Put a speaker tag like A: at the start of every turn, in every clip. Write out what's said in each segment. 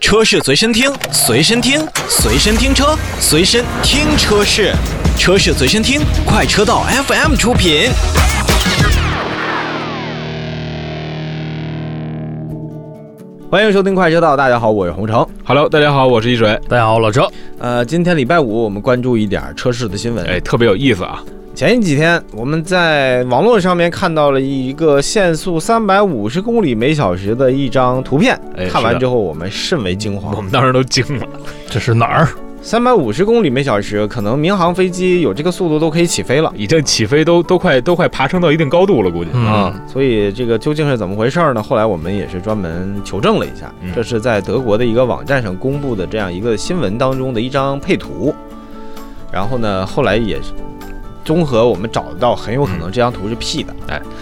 A: 车是随身听，随身听，随身听车，随身听车是，车是随身听，快车道 FM 出品。
B: 欢迎收听快车道，大家好，我是洪城。
C: Hello，大家好，我是一水。
D: 大家好，老周。
B: 呃，今天礼拜五，我们关注一点儿车市的新闻。
C: 哎，特别有意思啊！
B: 前几天我们在网络上面看到了一个限速三百五十公里每小时的一张图片，
C: 哎
B: 看完
C: 是的
B: 之后我们甚为惊
C: 我
D: 哦
B: 慌。
C: 们当时都惊了。
D: 这是哪儿？
B: 三百五十公里每小时，可能民航飞机有这个速度都可以起飞了。
C: 已经起飞都都快都快爬升到一定高度了，估计。
D: 嗯，
B: 啊，所以这个究竟是怎么回事呢？后来我们也是专门求证了一下
C: 嗯，
B: 这是在德国的一个网站上公布的这样一个新闻当中的一张配图，然后呢，后来也是综合我们找到，很有可能这张图是 P 的。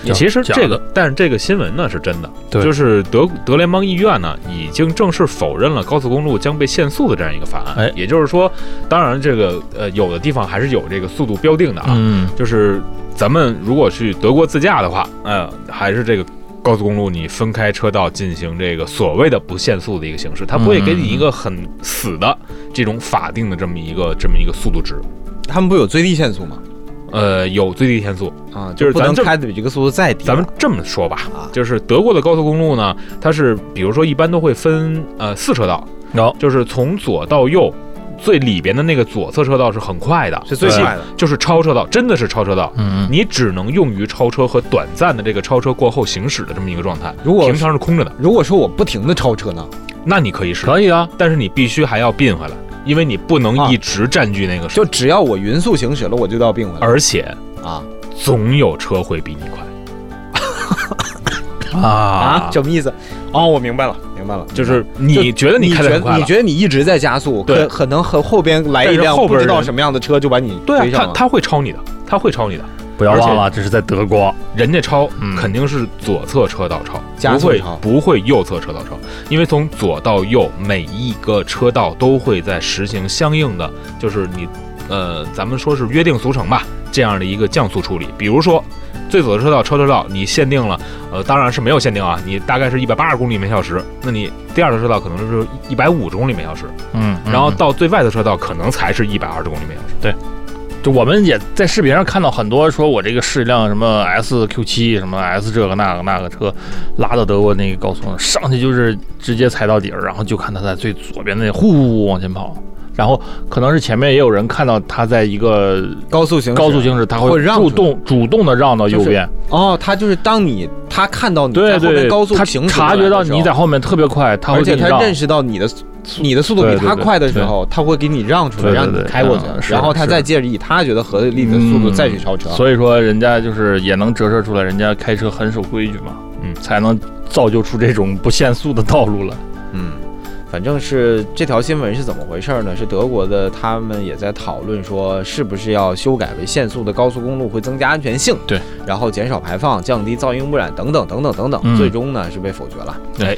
D: 假
C: 其实
D: 假
C: 这
D: 的
C: 个，但是这个新闻呢是真的，
D: 对
C: 就是德德联邦议院呢已经正式否认了高速公路将被限速的这样一个法案。
D: 哎
C: 也就是说，当然这个呃有的地方还是有这个速度标定的啊，
D: 嗯，
C: 就是咱们如果去德国自驾的话，
B: 嗯
C: 呃，还是这个高速公路你分开车道进行这个所谓的不限速的一个形式，它不会给你一个很死的
B: 嗯
C: 这种法定的这么一个这么一个速度值。
B: 他们不有最低限速吗？嗯
C: 呃，有最低限速。
B: 啊，
C: 就是
B: 不
C: 咱
B: 能
C: 这
B: 开的比这个速度再低了。
C: 咱们这么说吧
B: 啊，
C: 就是德国的高速公路呢，它是比如说一般都会分呃四车道，
D: 有
C: 就是从左到右。最里边的那个左侧车道是很快的，
B: 是最
C: 对
B: 快的，
C: 就是超车道，真的是超车道。
D: 嗯，
C: 你只能用于超车和短暂的这个超车过后行驶的这么一个状态。
B: 如果
C: 平常是空着的，
B: 如果说我不停的超车呢？
C: 那你可以试，
D: 可以啊，
C: 但是你必须还要并回来，因为你不能
B: 啊
C: 一直占据那个时、
B: 就只要我匀速行驶了，我就要并回来
C: 而且
B: 啊
C: 总有车会比你快。
D: 啊，
B: 什么意思？哦，我明白了，明白了，
C: 就是你觉得你
B: 觉
C: 开得
B: 得
C: 很快
B: 你
C: 了，
B: 觉得你一直在加速，
C: 对
B: 可可能和后边来一
C: 但是
B: 辆
C: 后边
B: 不知道
C: 人
B: 什么样的车就把你
C: 对
B: 追
C: 啊，
B: 上
C: 他
B: 了。
C: 他会超你的，他会超你的，
D: 不要忘了，这是在德国。
C: 人家超
D: 嗯
C: 肯定是左侧车道超，
B: 加
C: 不
B: 速
C: 会
B: 超
C: 不会右侧车道超，因为从左到右每一个车道都会在实行相应的，就是你，呃，咱们说是约定俗成吧，这样的一个降速处理。比如说，最左的车道超车道，你限定了，呃，当然是没有限定啊，你大概是一百八十公里每小时，那你第二侧车道可能是一百五十公里每小时，
D: 嗯，
C: 然后到最外的车道可能才是一百二十公里每小时。
D: 就我们也在视频上看到很多说，我这个是一辆什么 S Q 七，什么 S 这个那个那个车，拉到德国那个高速上，上去就是直接踩到底儿，然后就看他在最左边那呼往前跑，然后可能是前面也有人看到他在一个
B: 高速行驶
D: 高速行驶，他
B: 会
D: 会
B: 让
D: 主
B: 出
D: 动主动的让到右
B: 就是
D: 边。
B: 哦，他就是当你他看到你在
D: 对
B: 后面
D: 对，
B: 高速
D: 他
B: 行驶
D: 察觉到
B: 的时候
D: 你在，后面特别快，他会
B: 而
D: 给
B: 且
D: 你
B: 他
D: 让。
B: 认识到你的你的速度比
D: 对对
B: 他
D: 对
B: 快的时
D: 对
B: 候，他会给你让出来，
D: 对对
B: 让你
D: 对
B: 开过去
D: 嗯，是
B: 然后他
D: 是
B: 再借着以他觉得合理的速度
D: 嗯
B: 再去超车。
D: 所以说，人家就是也能折射出来，人家开车很守规矩嘛，
C: 嗯
D: 才能造就出这种不限速的道路了。
B: 嗯，反正是这条新闻是怎么回事呢？是德国的，他们也在讨论说，是不是要修改为限速的高速公路会增加安全性，
D: 对，
B: 然后减少排放、降低噪音污染等等等等等等，
D: 嗯
B: 最终呢是被否决了。
C: 哎，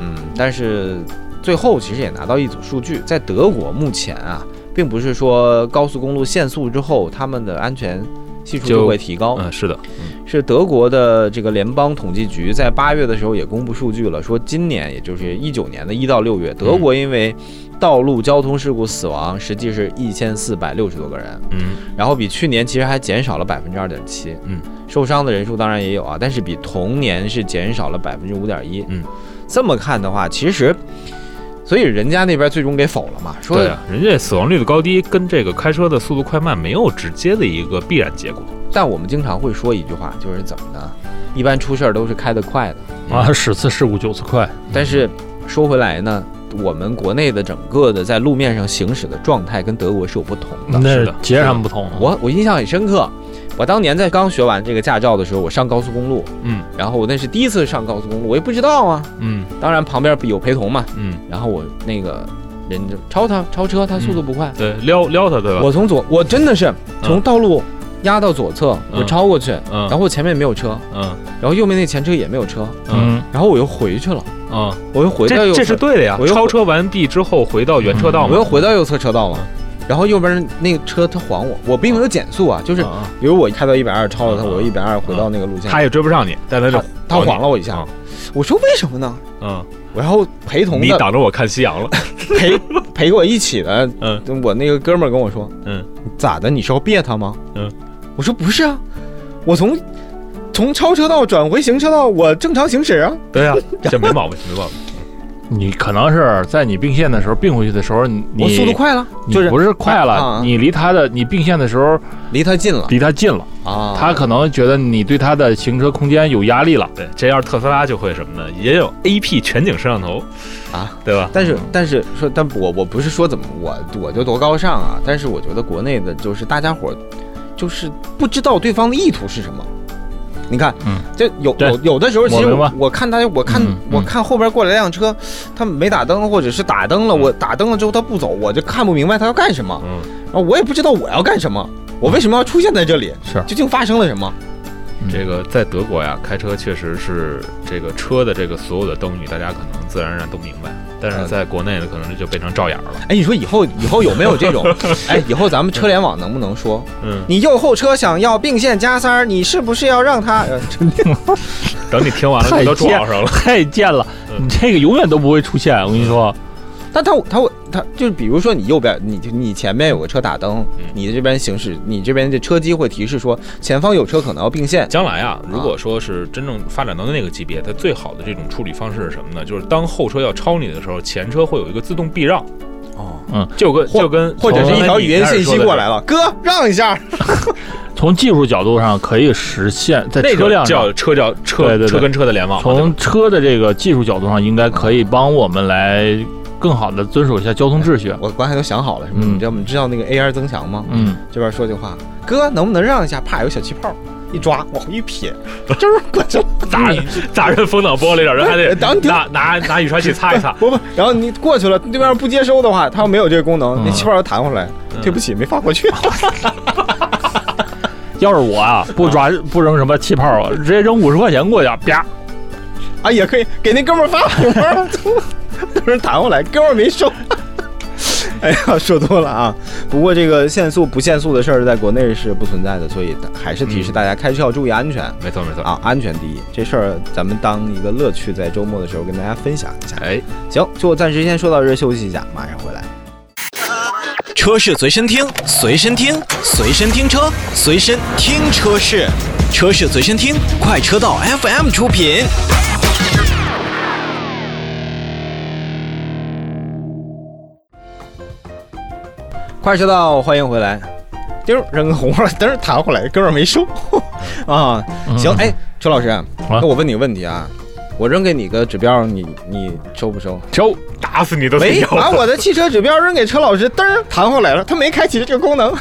B: 嗯，但是最后其实也拿到一组数据，在德国目前啊，并不是说高速公路限速之后，他们的安全系数就
C: 就
B: 会提
D: 哦
B: 高，
C: 嗯，是的，
B: 是德国的这个联邦统计局在八月的时候也公布数据了，说今年也就是一九年的一到六月，德国因为道路交通事故死亡实际是一千四百六十多个人，
C: 嗯，
B: 然后比去年其实还减少了百分之二点七，
C: 嗯，
B: 受伤的人数当然也有啊，但是比同年是减少了百分之五点一，
C: 嗯，
B: 这么看的话，其实，所以人家那边最终给否了嘛，说
C: 对啊，人家死亡率的高低跟这个开车的速度快慢没有直接的一个必然结果。
B: 但我们经常会说一句话，就是怎么呢？一般出事儿都是开得快的。
C: 嗯
D: 啊，十次事故九次快，
B: 但是说回来呢，我们国内的整个的在路面上行驶的状态跟德国是有不同的。
D: 那
C: 的
D: 截然不同。
B: 我我印象很深刻，我当年在刚学完这个驾照的时候，我上高速公路，
C: 嗯，
B: 然后我那是第一次上高速公路，我也不知道啊，
C: 嗯
B: 当然旁边有陪同嘛，
C: 嗯，
B: 然后我那个人就超他超车，他速度不快，
C: 对，撩撩嗯他，对吧？
B: 我从左，我真的是从道路压到左侧，
C: 嗯
B: 我超过去，
C: 嗯
B: 然后前面没有车，
C: 嗯
B: 然后右面那前车也没有车，
C: 嗯
D: 嗯，
B: 然后我又回去了，
C: 嗯，
B: 我又回到
C: 这
B: 右侧
C: 这是对的呀
B: 我。又
C: 超车完毕之后回到原车道
B: 我
C: 嘛
B: 又，回到右侧车道了，然后右边那个车它晃我，我并没有减速啊，就是
C: 嗯
B: 比如我开到一百二超了它，
C: 嗯
B: 我一百二回到那个路线，
C: 他也追不上你，但他
B: 他
C: 就
B: 他晃了我一
C: 你
B: 下
C: 啊，
B: 我说为什么呢？
C: 嗯
B: 然后陪同
C: 你
B: 的
C: 挡着我看夕阳了。
B: 陪陪我一起的，嗯，我那个哥们儿跟我说，
C: 嗯，
B: 咋的？你是要别他吗？
C: 嗯，
B: 我说不是啊，我从从超车道转回行车道，我正常行驶啊。
C: 对呀、 这没毛病，没毛病。
D: 你可能是在你并线的时候并回去的时候，你
B: 我速度，快了，
D: 你
B: 就是
D: 不是快了，
B: 啊啊
D: 你离他的你并线的时候
B: 离他近了
D: 离他近了，
B: 啊。
D: 他可能觉得你对他的行车空间有压力了。
C: 对，这要是特斯拉就会什么呢？也有 AP 全景摄像头
B: 啊，
C: 对吧？
B: 但是但是说，但我我不是说怎么我我就多高尚啊，但是我觉得国内的就是大家伙儿就是不知道对方的意图是什么。你看，
D: 嗯，
B: 这有
D: 对
B: 有有的时候，其
D: 我
B: 实
D: 明白
B: 我我看大家，我看、
D: 嗯嗯
B: 我看后边过来辆车，他没打灯，或者是打灯了，
C: 嗯
B: 我打灯了之后他不走，我就看不明白他要干什么，
C: 嗯，
B: 然后我也不知道我要干什么，我为什么要出现在这里，
D: 嗯是
B: 究竟发生了什么？
D: 嗯
C: 这个在德国呀，开车确实是这个车的这个所有的灯语，大家可能自然而然都明白。但是在国内呢，可能就变成照眼儿了。
B: 哎，你说以后以后有没有这 种？哎，以后咱们车联网能不能说
C: 嗯，
B: 你右后车想要并线加塞儿，你是不是要让他？呃
C: 等你听完了，
D: 太
C: 你都撞
D: 贱
C: 上了。
D: 太贱了，
C: 嗯
D: 你这个永远都不会出现。我跟你说，
B: 但他他会他就是，比如说你右边，你你前面有个车打灯
C: 嗯，
B: 你这边行驶，你这边的车机会提示说前方有车可能要并线。
C: 将来啊，如果说是真正发展到那个级别，它最好的这种处理方式是什么呢？就是当后车要超你的时候，前车会有一个自动避让，
B: 哦，
C: 就跟
B: 或
C: 就跟
B: 或者是一条语音信息过来
C: 了。
B: 了，哥让一下。
D: 从技术角度上可以实现，在
C: 那
D: 车
C: 个
D: 辆上
C: 叫车叫
D: 对对
C: 车
D: 对
C: 车跟车的联网嘛，对吧
D: 从车的这个技术角度上，应该可以帮我们来更好的遵守一下交通秩序。
B: 我刚才都想好了，什么？
D: 嗯
B: 你知道你知道那个 AR 增强吗？
D: 嗯，
B: 这边说句话，哥能不能让一下？怕有小气泡，一抓往一 撇，就是过去了。
C: 砸砸人风挡玻璃了， 人还
B: 等你
C: 得
B: 听。
C: 拿拿拿雨刷器擦一擦
B: 不不，然后你过去了，对面不接收的话，他要没有这个功能，那
D: 嗯
B: 气泡要弹回来。
C: 嗯
B: 对不起，没发过去。
D: 要是我啊，不抓不扔什么气泡啊，直接扔五十块钱过去，啪，
B: 啊，也可以给那哥们儿发红包， 都是打过来，哥们儿没收。 哎呀，说多了啊！不过这个限速不限速的事儿在国内是不存在的，所以还是提示大家开车要注意安全、
C: 没错没错，
B: 啊，安全第一。这事儿咱们当一个乐趣，在周末的时候跟大家分享一下。
C: 哎，
B: 行，就暂时先说到这儿，休息一下，马上回来。
A: 车是随身听，随身听，随身听车，随身听车是，车是随身听，快车道 FM 出品。
B: 快车道，欢迎回来。丢扔个红包，嘚儿弹回来，哥们儿没收 啊。
D: 嗯
B: 行，哎，周老师，那我问你个问题啊，我扔给你个指标，你你收不收？
D: 收。
C: 打死你都
B: 没
C: 没有。
B: 把我的汽车指标扔给车老师，嘚儿弹回来了，他没开启这个功能。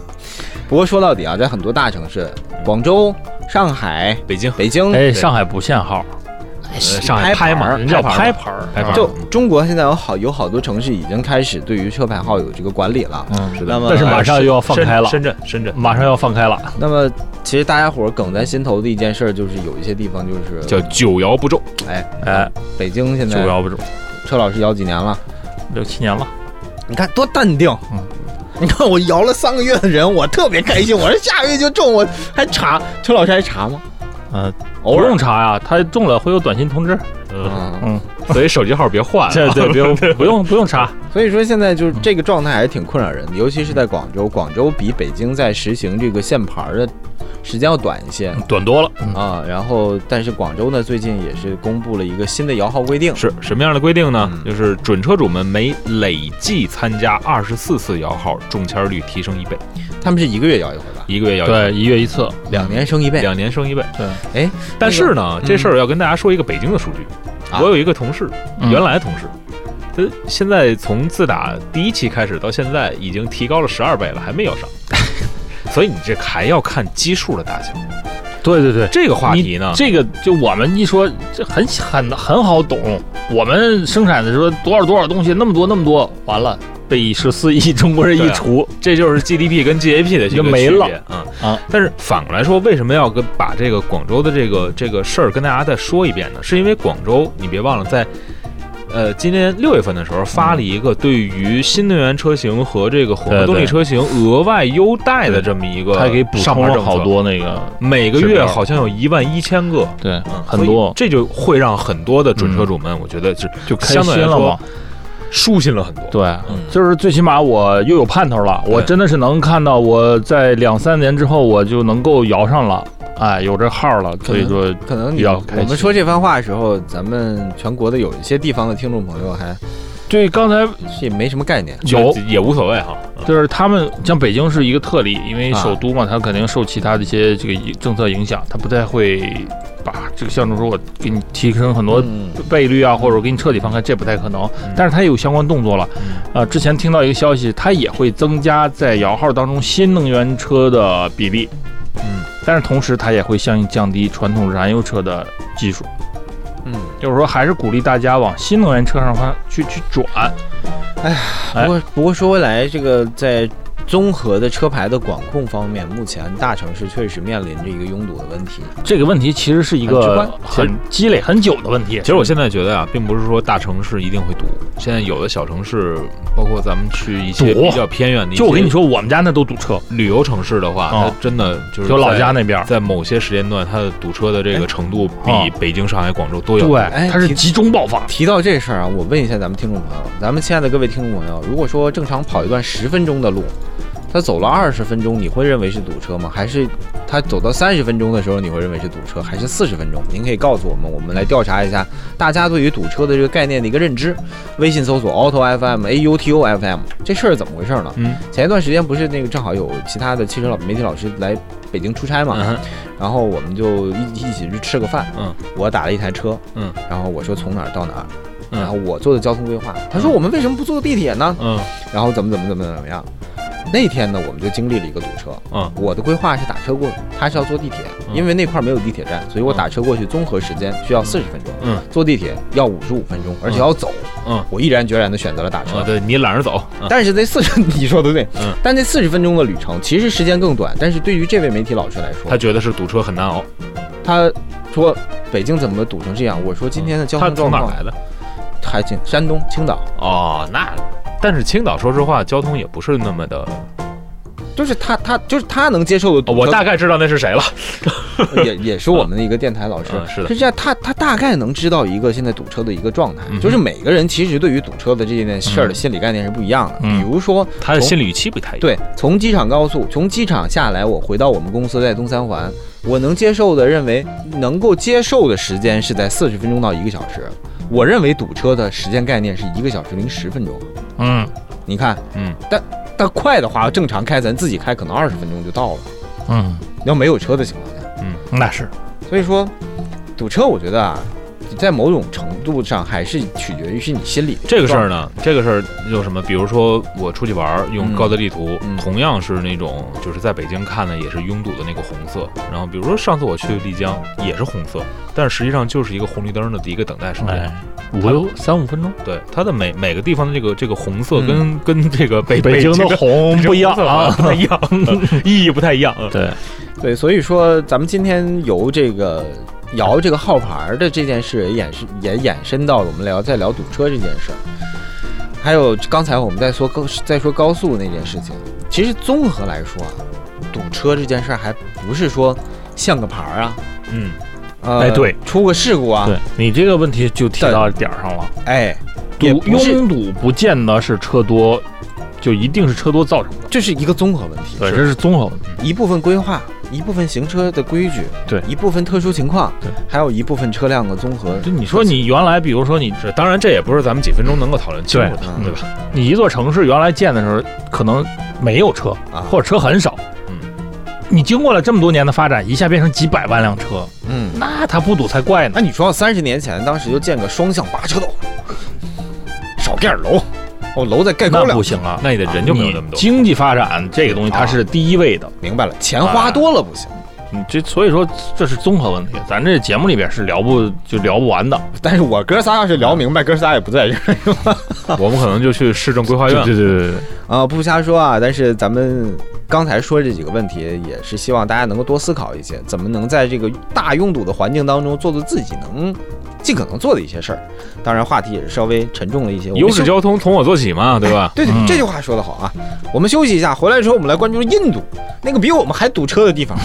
B: 不过说到底啊，在很多大城市，广州、上海、
C: 北京
B: 北京，
D: 哎，上海不限号，
B: 哎
C: 上海拍门儿
D: 人家
C: 拍
D: 叫拍
C: 牌
D: 牌儿，
C: 拍牌儿
B: 就中国现在有好有好多城市已经开始对于车牌号有这个管理了。
D: 嗯，
C: 是嗯
B: 那么
D: 但是马上又要放开了，
C: 深圳深圳
D: 马上要放开了，
B: 那么，其实大家伙儿梗在心头的一件事儿，就是有一些地方就是
C: 叫久摇不中，
B: 哎，
D: 哎，
B: 北京现
D: 就
B: 在
D: 摇不住，
B: 车老师摇几年了？
D: 六七年了，
B: 你看多淡定。
D: 嗯
B: 你看我摇了三个月的人，我特别开心。我说下个月就中，我还查车老师还查吗？
D: 嗯，
B: 偶
D: 不
B: 尔
D: 用查呀，他中了会有短信通知，
C: 嗯，
B: 嗯，
D: 嗯，
C: 所以手机号别换
D: 这
C: 啊。
D: 对，不用不用不用查，
B: 所以说现在就是这个状态还是挺困扰人的，尤其是在广州，广州比北京在实行这个限牌儿的时间要短一些
D: 短多了，嗯
B: 啊。然后，但是广州呢，最近也是公布了一个新的摇号规定，
C: 是什么样的规定呢
B: 嗯？
C: 就是准车主们每累计参加二十四次摇号，中签率提升一倍，
B: 他们是一个月摇一回吧，
C: 一个月摇一次
D: 对，一月一次，
B: 两年升一倍。
C: 两年升一倍。
D: 对，
B: 哎，
C: 但是呢，
B: 嗯
C: 这事儿要跟大家说一个北京的数据。
B: 啊
C: 我有一个同事，
D: 嗯
C: 原来同事，他现在从自打第一期开始到现在，已经提高了十二倍了，还没有 上。所以你这还要看基数的大小。
D: 对对对。
C: 这个话题呢
D: 你，这个就我们一说，这很很很好懂。我们生产的时候多少多少东西，那么多那么多，完了被十四亿中国人
C: 对
D: 一
C: 啊
D: 除，
C: 这就是 GDP 跟 GAP 的一个
D: 就没了
C: 啊、
D: 啊
C: 但是反过来说，为什么要跟把这个广州的这个这个事儿跟大家再说一遍呢？是因为广州，你别忘了在呃，今年六月份的时候发了一个对于新能源车型和这个混合
D: 对
C: 动力
D: 对
C: 车型额外优待的这么一个
D: 它给补
C: 上
D: 充
C: 牌
D: 了
C: 政策
D: 好，多那个，
C: 每个
D: 指
C: 月
D: 标
C: 好像有一万一千个，
D: 对
C: 嗯，
D: 很多
C: 所
D: 嗯
C: 以这就会让很多的准车主们，我觉得是
D: 就开
C: 相
D: 心
C: 对来
D: 了
C: 说
D: 嘛。
C: 舒心了很多。
D: 对
C: 嗯，
D: 就是最起码我又有盼头了，我
C: 对
D: 真的是能看到我在两三年之后我就能够摇上了，哎，有这号了，所以说
B: 可能
D: 比
B: 你
D: 较
B: 我
D: 开心
B: 们说这番话的时候，咱们全国的有一些地方的听众朋友还
D: 对刚才
B: 是也没什么概念。
D: 有
C: 就也无所谓哈，嗯
D: 就是他们像北京是一个特例，因为
B: 啊
D: 首都嘛，它肯定受其他的一些这个影政策影响，它不太会把这个像中说我给你提升很多
B: 嗯
D: 倍率啊，或者我给你彻底放开，这不太可能
C: 嗯。
D: 但是它也有相关动作了。呃，之前听到一个消息，它也会增加在摇号当中新能源车的比例。
C: 嗯，
D: 但是同时它也会相应降低传统燃油车的技术，
B: 嗯，
D: 就是说还是鼓励大家往新能源车上发去去转。哎
B: 不过不过说回来，这个在综合的车牌的管控方面，目前大城市确实面临着一个拥堵的问题。
D: 这个问题其实是一
B: 很直
D: 个
B: 观
D: 很积累很久的问题
C: 其。实我现在觉得啊，并不是说大城市一定会堵，现在有的小城市，包括咱们去一些
D: 堵
C: 比较偏远的，
D: 就我跟你，说，我们家那都堵车，
C: 旅游城市的话，
D: 啊
C: 它真的就是
D: 就老
C: 在
D: 家那边儿。
C: 在某些时间段，它的堵车的这个程度
D: 啊
C: 比北京、上海、广州都啊要。
D: 对，
B: 哎
D: 它是
B: 挺
D: 集中爆发。
B: 提到这事儿啊，我问一下咱们听众朋友，咱们亲爱的各位听众朋友，如果说正常跑一段十分钟的路，他走了二十分钟，你会认为是堵车吗？还是他走到三十分钟的时候，你会认为是堵车？还是四十分钟？您可以告诉我们，我们来调查一下大家对于堵车的这个概念的一个认知。微信搜索 auto FM A U T O F M，这事儿怎么回事呢？
C: 嗯，
B: 前一段时间不是那个正好有其他的汽车老媒体老师来北京出差嘛，
C: 嗯哼
B: 然后我们就一一起去吃个饭。
C: 嗯，
B: 我打了一台车。
C: 嗯，
B: 然后我说从哪儿到哪儿，
C: 嗯
B: 然后我做的交通规划。他说我们为什么不坐地铁呢？
C: 嗯
B: 然后怎么怎么怎么怎么样。那天呢，我们就经历了一个堵车。
C: 嗯
B: 我的规划是打车过去，他是要坐地铁，
C: 嗯
B: 因为那块儿没有地铁站，所以我打车过去，综合时间需要四十分钟，
C: 嗯，
B: 坐地铁要五十五分钟，而且
C: 嗯
B: 要走。
C: 嗯，
B: 我毅然决然的选择了打车
C: 啊，。对你懒着走，嗯
B: 但是那四十， 你说的对，
C: 嗯
B: 但那四十分钟的旅程其实时间更短，但是对于这位媒体老师来说，
C: 他觉得是堵车很难熬。
B: 他说北京怎么堵成这样？我说今天的交
C: 他
B: 通状
C: 从哪儿
B: 况
C: 来的？
B: 还行，山东青岛，
C: 哦，那但是青岛说实话，交通也不是那么的。哦
B: 就是他他就是他能接受的堵
C: 我
B: 车，
C: 大概知道那是谁了。
B: 也也是我们的一个电台老师
C: 嗯，是的
B: 是这样，他他大概能知道一个现在堵车的一个状态
C: 嗯哼，
B: 就是每个人其实对于堵车的这件事儿的心理概念是不一样的，
D: 嗯
B: 比如说
C: 他的心理预期不太一样。，
B: 对，从机场高速，从机场下来，我回到我们公司在东三环，我能接受的认为能够接受的时间是在四十分钟到一个小时。我认为堵车的时间概念是一个小时零十分钟。
D: 嗯
B: 你看，
C: 嗯，
B: 但快的话，正常开咱自己开可能二十分钟就到了，
D: 嗯，
B: 要没有车的情况下。
D: 那是
B: 所以说，堵车我觉得啊，在某种程度上还是取决于是你心理
C: 这个事儿呢，这个事儿有什么？比如说我出去玩儿，用
B: 嗯
C: 高德地图，
B: 嗯
C: 同样是那种就是在北京看的也是拥堵的那个红色。然后比如说上次我去丽江也是红色，但是实际上就是一个红绿灯的一个等待时间。
D: 哎，五三五分钟。
C: 对，它的每每个地方的这个这个红色
B: 嗯
C: 跟、跟这个北
D: 哎 北京
C: 京
D: 的
C: 的
D: 红不一样
C: 红色
D: 啊，
C: 不太一样， 意义不太一样。嗯
D: 对，
B: 对，所以说咱们今天由这个摇这个号牌儿的这件事也衍生也衍生到了我们聊在聊堵车这件事儿，还有刚才我们在说高在说高速那件事情，其实综合来说啊，堵车这件事儿还不是说像个牌儿啊，
C: 嗯，
B: 呃，
D: 哎对，
B: 出个事故啊，
D: 对你这个问题就提到点儿上了。
B: 哎，
D: 堵
B: 也不是，
D: 拥堵不见得是车多，就一定是车多造成的。
B: 这是一个综合问题，
D: 对，这是综合问题。
B: 一部分规划，一部分行车的规矩，
D: 对
B: 一部分特殊情况，
D: 对，
B: 还有一部分车辆的综合，
D: 就你说你原来，比如说你
C: 是，当然这也不是咱们几分钟能够讨论清楚的，
B: 对
C: 对吧？
D: 你一座城市原来建的时候，可能没有车，
B: 啊，
D: 或者车很少。
C: 嗯，
D: 你经过了这么多年的发展，一下变成几百万辆车，
B: 嗯。
D: 那它不堵才怪
B: 那
D: 呢。
B: 你说三十年前，当时就建个双向八车道，少盖点楼，哦，楼再盖高
D: 那
B: 两
D: 不
B: 层。
D: 行啊，
C: 那你的人就没有那么
D: 你
C: 多。啊
D: 经济发展这个东西它是第一位的，
B: 明白了，钱花多了不行。
D: 你这所以说这是综合问题。咱这节目里边是聊不就聊不完的。
B: 但是我哥仨要是聊明白，哥仨也不在这儿
C: 我们可能就去市政规划院了。
D: 对对对，
B: 啊，不瞎说啊。但是咱们刚才说这几个问题，也是希望大家能够多思考一些，怎么能在这个大拥堵的环境当中做做自己能尽可能做的一些事儿。当然，话题也是稍微沉重了一些。我们
C: 优势
B: 休
C: 交通从我做起嘛，对吧？
B: 对对，
D: 嗯
B: 这句话说得好啊！我们休息一下，回来之后我们来关注印度那个比我们还堵车的地方，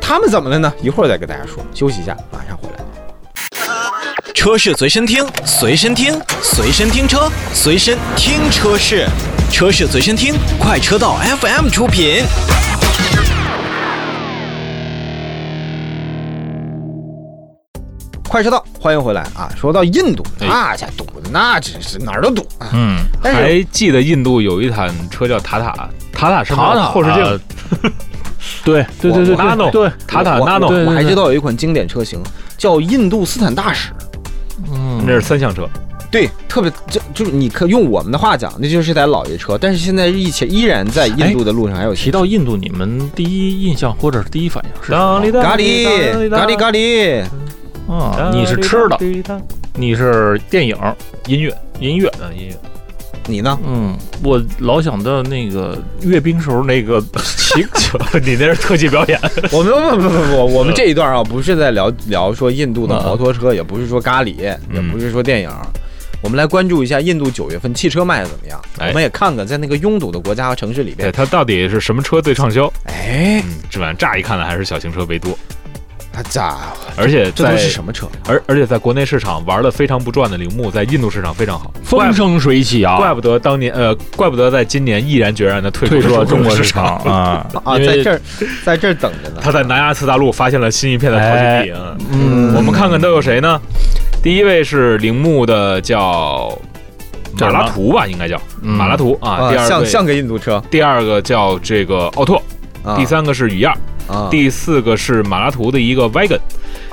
B: 他们怎么了呢？一会儿再跟大家说。休息一下，马上回来。
A: 车是随身听，随身听，随身听车，随身听车是，车是随身听，快车道 FM 出品。
B: 快车道，欢迎回来啊！说到印度，
C: 哎
B: 那家堵的那真是哪儿都堵啊！
D: 嗯，
B: 但是
C: 还记得印度有一款车叫塔塔，塔塔是
D: 塔塔啊
C: 后视镜，
D: 对对对对对
C: Nano
D: 对，
C: 塔塔
B: 我我
C: Nano，
D: 对
B: 我还知道有一款经典车型叫印度斯坦大使，
D: 嗯，
C: 那是三厢车。
B: 对，特别就就是你可用我们的话讲，那就是台老爷车。但是现在一切依然在印度的路上还有
D: 提到印度，你们第一印象或者是第一反应是什么？
B: 咖喱咖喱咖喱，
D: 啊，你是吃的，
C: 的，
D: 你是电影、
C: 音乐，
D: 啊音乐，
C: 嗯，音乐，
B: 你 呢？
D: 嗯，我老想到那个阅兵时候那个骑，
C: 你那是特技
D: 嗯
C: 表演。
B: 我们不不不不，我们这一段啊，不是在聊聊说印度的摩托车，也不是说咖喱，也不是说电影。我们来关注一下印度九月份汽车卖的怎么样？
C: 哎
B: 我们也看看在那个拥堵的国家和城市里
C: 对，
B: 边，
C: 它到底是什么车最畅销？
B: 哎，
C: 嗯，这玩意乍一看呢，还是小型车为多，
B: 他家伙，
C: 而且
B: 这
C: 在
B: 都是什么车？
C: 而而且在国内市场玩的非常不转的铃木，在印度市场非常好，怪
D: 风生水起啊，
C: 怪不得当年呃，怪不得在今年毅然决然的退
D: 退出
C: 出
D: 了中国
C: 市
D: 市 场。啊
B: 啊，
D: 因为
B: 在这儿，在这儿等着呢。
C: 他在南亚次大陆发现了新一片的淘金地。嗯，
D: 哎嗯，
C: 我们看看都有谁呢？第一位是铃木的叫
D: 叫
C: 马
D: 什么
C: 拉图吧，应该叫
D: 嗯
C: 马拉图啊。第
B: 啊，
C: 二
B: 像像
C: 个
B: 个印度车。
C: 第二个叫这个奥拓，
B: 啊
C: 第三个是雨燕，
B: 啊，
C: 第四个是马拉图的一个 wagon，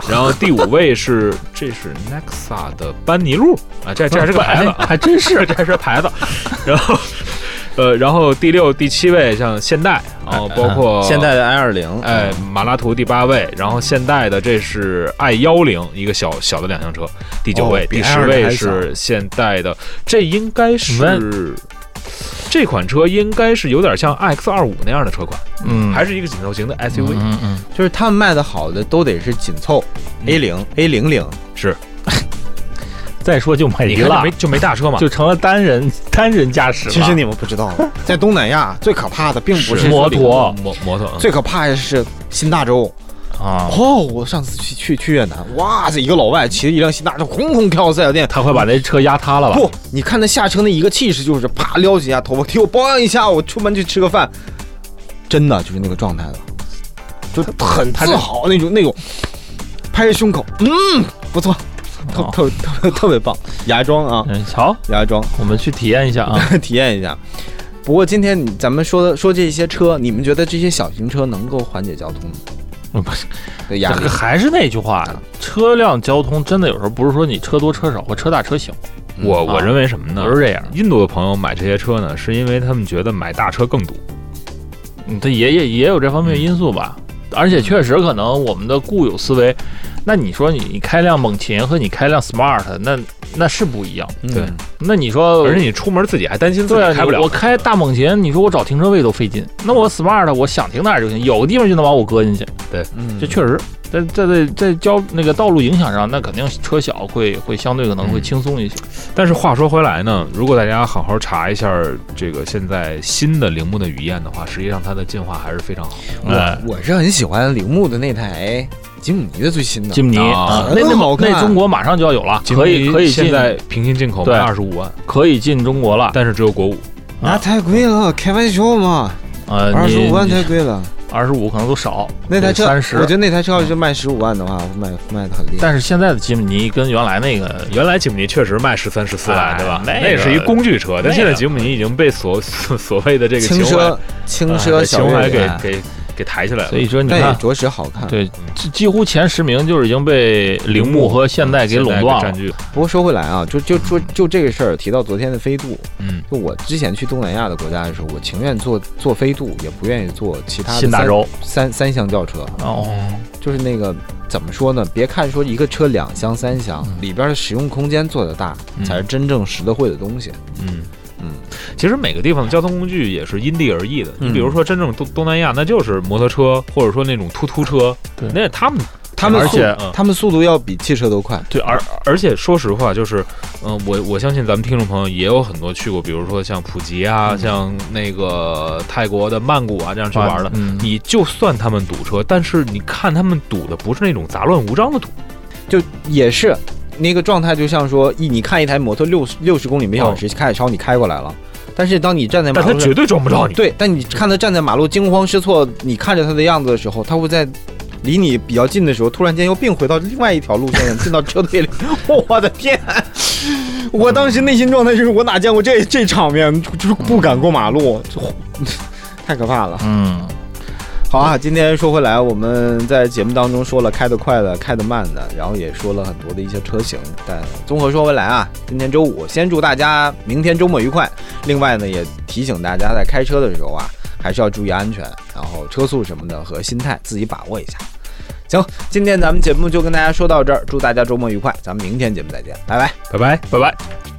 C: 然后第五位是这是 Nexa 的班尼路啊，这这还是个牌子
B: 哎
C: 啊，
D: 还真
C: 这
D: 是
C: 这还是牌子。然后呃，然后第六、第七位像现代，然后包
D: 哦
C: 括
B: 哎现代的 i 二
D: 嗯
B: 零，
C: 哎，马拉图第八位，然后现代的这是 i 幺零，一个小小的两厢车，第九位，
B: 哦比
C: 第
B: i20
C: 十位
B: 还
C: 是现代的，这应该
D: 你
C: 是这款车应该是有点像 X 二五那样的车款，
D: 嗯，
C: 还是一个紧凑型的 SUV，、
D: 嗯嗯
B: 就是他们卖的好的都得是紧凑
C: 嗯
B: A 零 A 零零，
D: 嗯，再说就买
C: 你
D: 一
C: 看就
D: 蜡
C: 没，就没大车嘛，
D: 就成了单人单人驾驶了。
B: 其实你们不知 道，在东南亚最可怕的并不是
D: 摩托
C: 摩摩托，嗯
B: 最可怕的是新大洲。
D: 啊，
B: 哦，我上次去去去越南，哇塞，一个老外骑着一辆新大洲，轰轰跳塞尔电。
D: 他快把那车压塌了吧？
B: 不，你看他下车那一个气势，就是啪撩几下头发，替我保养一下，我出门去吃个饭，真的就是那个状态了，就很自豪那种那种，拍着胸口，嗯，不错，特
D: 哦
B: 特特特别棒，芽庄啊，
D: 嗯，瞧，
B: 芽庄。
D: 我们去体验一下啊。
B: 体验一下。不过今天你咱们说的说这些车，你们觉得这些小型车能够缓解交通
D: 嗯不是
B: 的 压力
D: 这？还是那句话，车辆交通真的有时候不是说你车多车少或车大车小，
C: 我我
D: 啊
C: 认为什么呢？
D: 不是这样。
C: 印度的朋友买这些车呢，是因为他们觉得买大车更堵，
D: 嗯，它也也也有这方面因素吧。而且确实可能我们的固有思维，那你说你你开辆猛禽和你开辆 smart，那那是不一样。
C: 对
B: 嗯
D: 那你说，
C: 而且你出门自己还担心自己
D: 呃对啊，
C: 开不
D: 你
C: 了。
D: 我开大猛禽，你说我找停车位都费劲，那我 smart 我想停哪儿就行，有个地方就能把我搁进去。
B: 嗯
D: 这确实，在在在在交那个道路影响上，那肯定车小会会相对可能会
C: 嗯
D: 轻松一些。
C: 但是话说回来呢，如果大家好好查一下这个现在新的铃木的雨燕的话，实际上它的进化还是非常好。
B: 嗯
D: 哎
B: 我我是很喜欢铃木的那台吉姆尼的最新的，
D: 吉姆尼，
C: 啊
D: 那那
B: 很好看
D: 那中国马上就要有了，可以可以
C: 现
D: 进
C: 在平均进口
D: 对
C: 卖二十五万，
D: 可以进中国了。
C: 但是只有国五。
D: 啊
B: 那太贵了，开玩笑嘛，
D: 呃，
B: 二十五万太贵了。
D: 二十五可能都少，
B: 那台车，
D: 三
B: 我
D: 十
B: 觉。得那台车要是卖十五万的话，卖卖的很厉害。
D: 但是现在的吉姆尼跟原来那个
C: 原来吉姆尼确实卖十三、十四万，
D: 哎
C: 对吧？
D: 那个
C: 也是一工具车，但现在
D: 那个
C: 吉姆尼已经被所 所谓的这个情
B: 轻
C: 怀
B: 奢轻
C: 啊
B: 奢小
C: 情怀
B: 越
C: 给
B: 野，
C: 给给抬起来了
D: 所。以说你
B: 但也
D: 看，
B: 着实好看。
D: 对，几几乎前十名就是已经被铃木和现代给垄断
C: 占
D: 了。
C: 据了。
B: 不过说回来啊，就就就就这个事儿，提到昨天的飞度，
C: 嗯，
B: 就我之前去东南亚的国家的时候，我情愿坐坐飞度，也不愿意坐其他的
D: 新大
B: 三
D: 洲
B: 三三厢轿车。
D: 哦，
B: 就是那个怎么说呢？别看说一个车两厢三厢，
D: 嗯
B: 里边的使用空间做得大，
C: 嗯
B: 才是真正实得惠的东西。
C: 嗯
B: 嗯，
C: 其实每个地方的交通工具也是因地而异的。你、
B: 嗯
C: 比如说，真正东东南亚，那就是摩托车，或者说那种突突车
D: 对，
C: 那他们
B: 他们
D: 而
B: 速
D: 且嗯
B: 他们速度要比汽车都快。
C: 对，而而且说实话，就是，嗯、我我相信咱们听众朋友也有很多去过，比如说像普吉啊，
B: 嗯
C: 像那个泰国的曼谷啊这样去玩的。
D: 嗯
C: 你就算他们堵车，但是你看他们堵的不是那种杂乱无章的堵，
B: 就也是那个状态，就像说一你看一台摩托六六十公里每小时开海超，你开过来了，但是当你站在马
C: 哦但
B: 路
C: 他绝
B: 上，
C: 对撞不着你。
B: 对，但你看他站在马路惊慌失措，你看着他的样子的时候，他会在。离你比较近的时候，突然间又并回到另外一条路线，进到车 队里。我的天！我当时内心状态就是我哪见过这这场面，就是不敢过马路，就 太可怕了。
D: 嗯，
B: 好啊，今天说回来，我们在节目当中说了开得快的、开得慢的，然后也说了很多的一些车型。但综合说回来啊，今天周五，先祝大家明天周末愉快。另外呢，也提醒大家在开车的时候啊，还是要注意安全，然后车速什么的和心态自己把握一下。行，今天咱们节目就跟大家说到这儿，祝大家周末愉快，咱们明天节目再见，拜拜。
C: 拜拜，拜拜。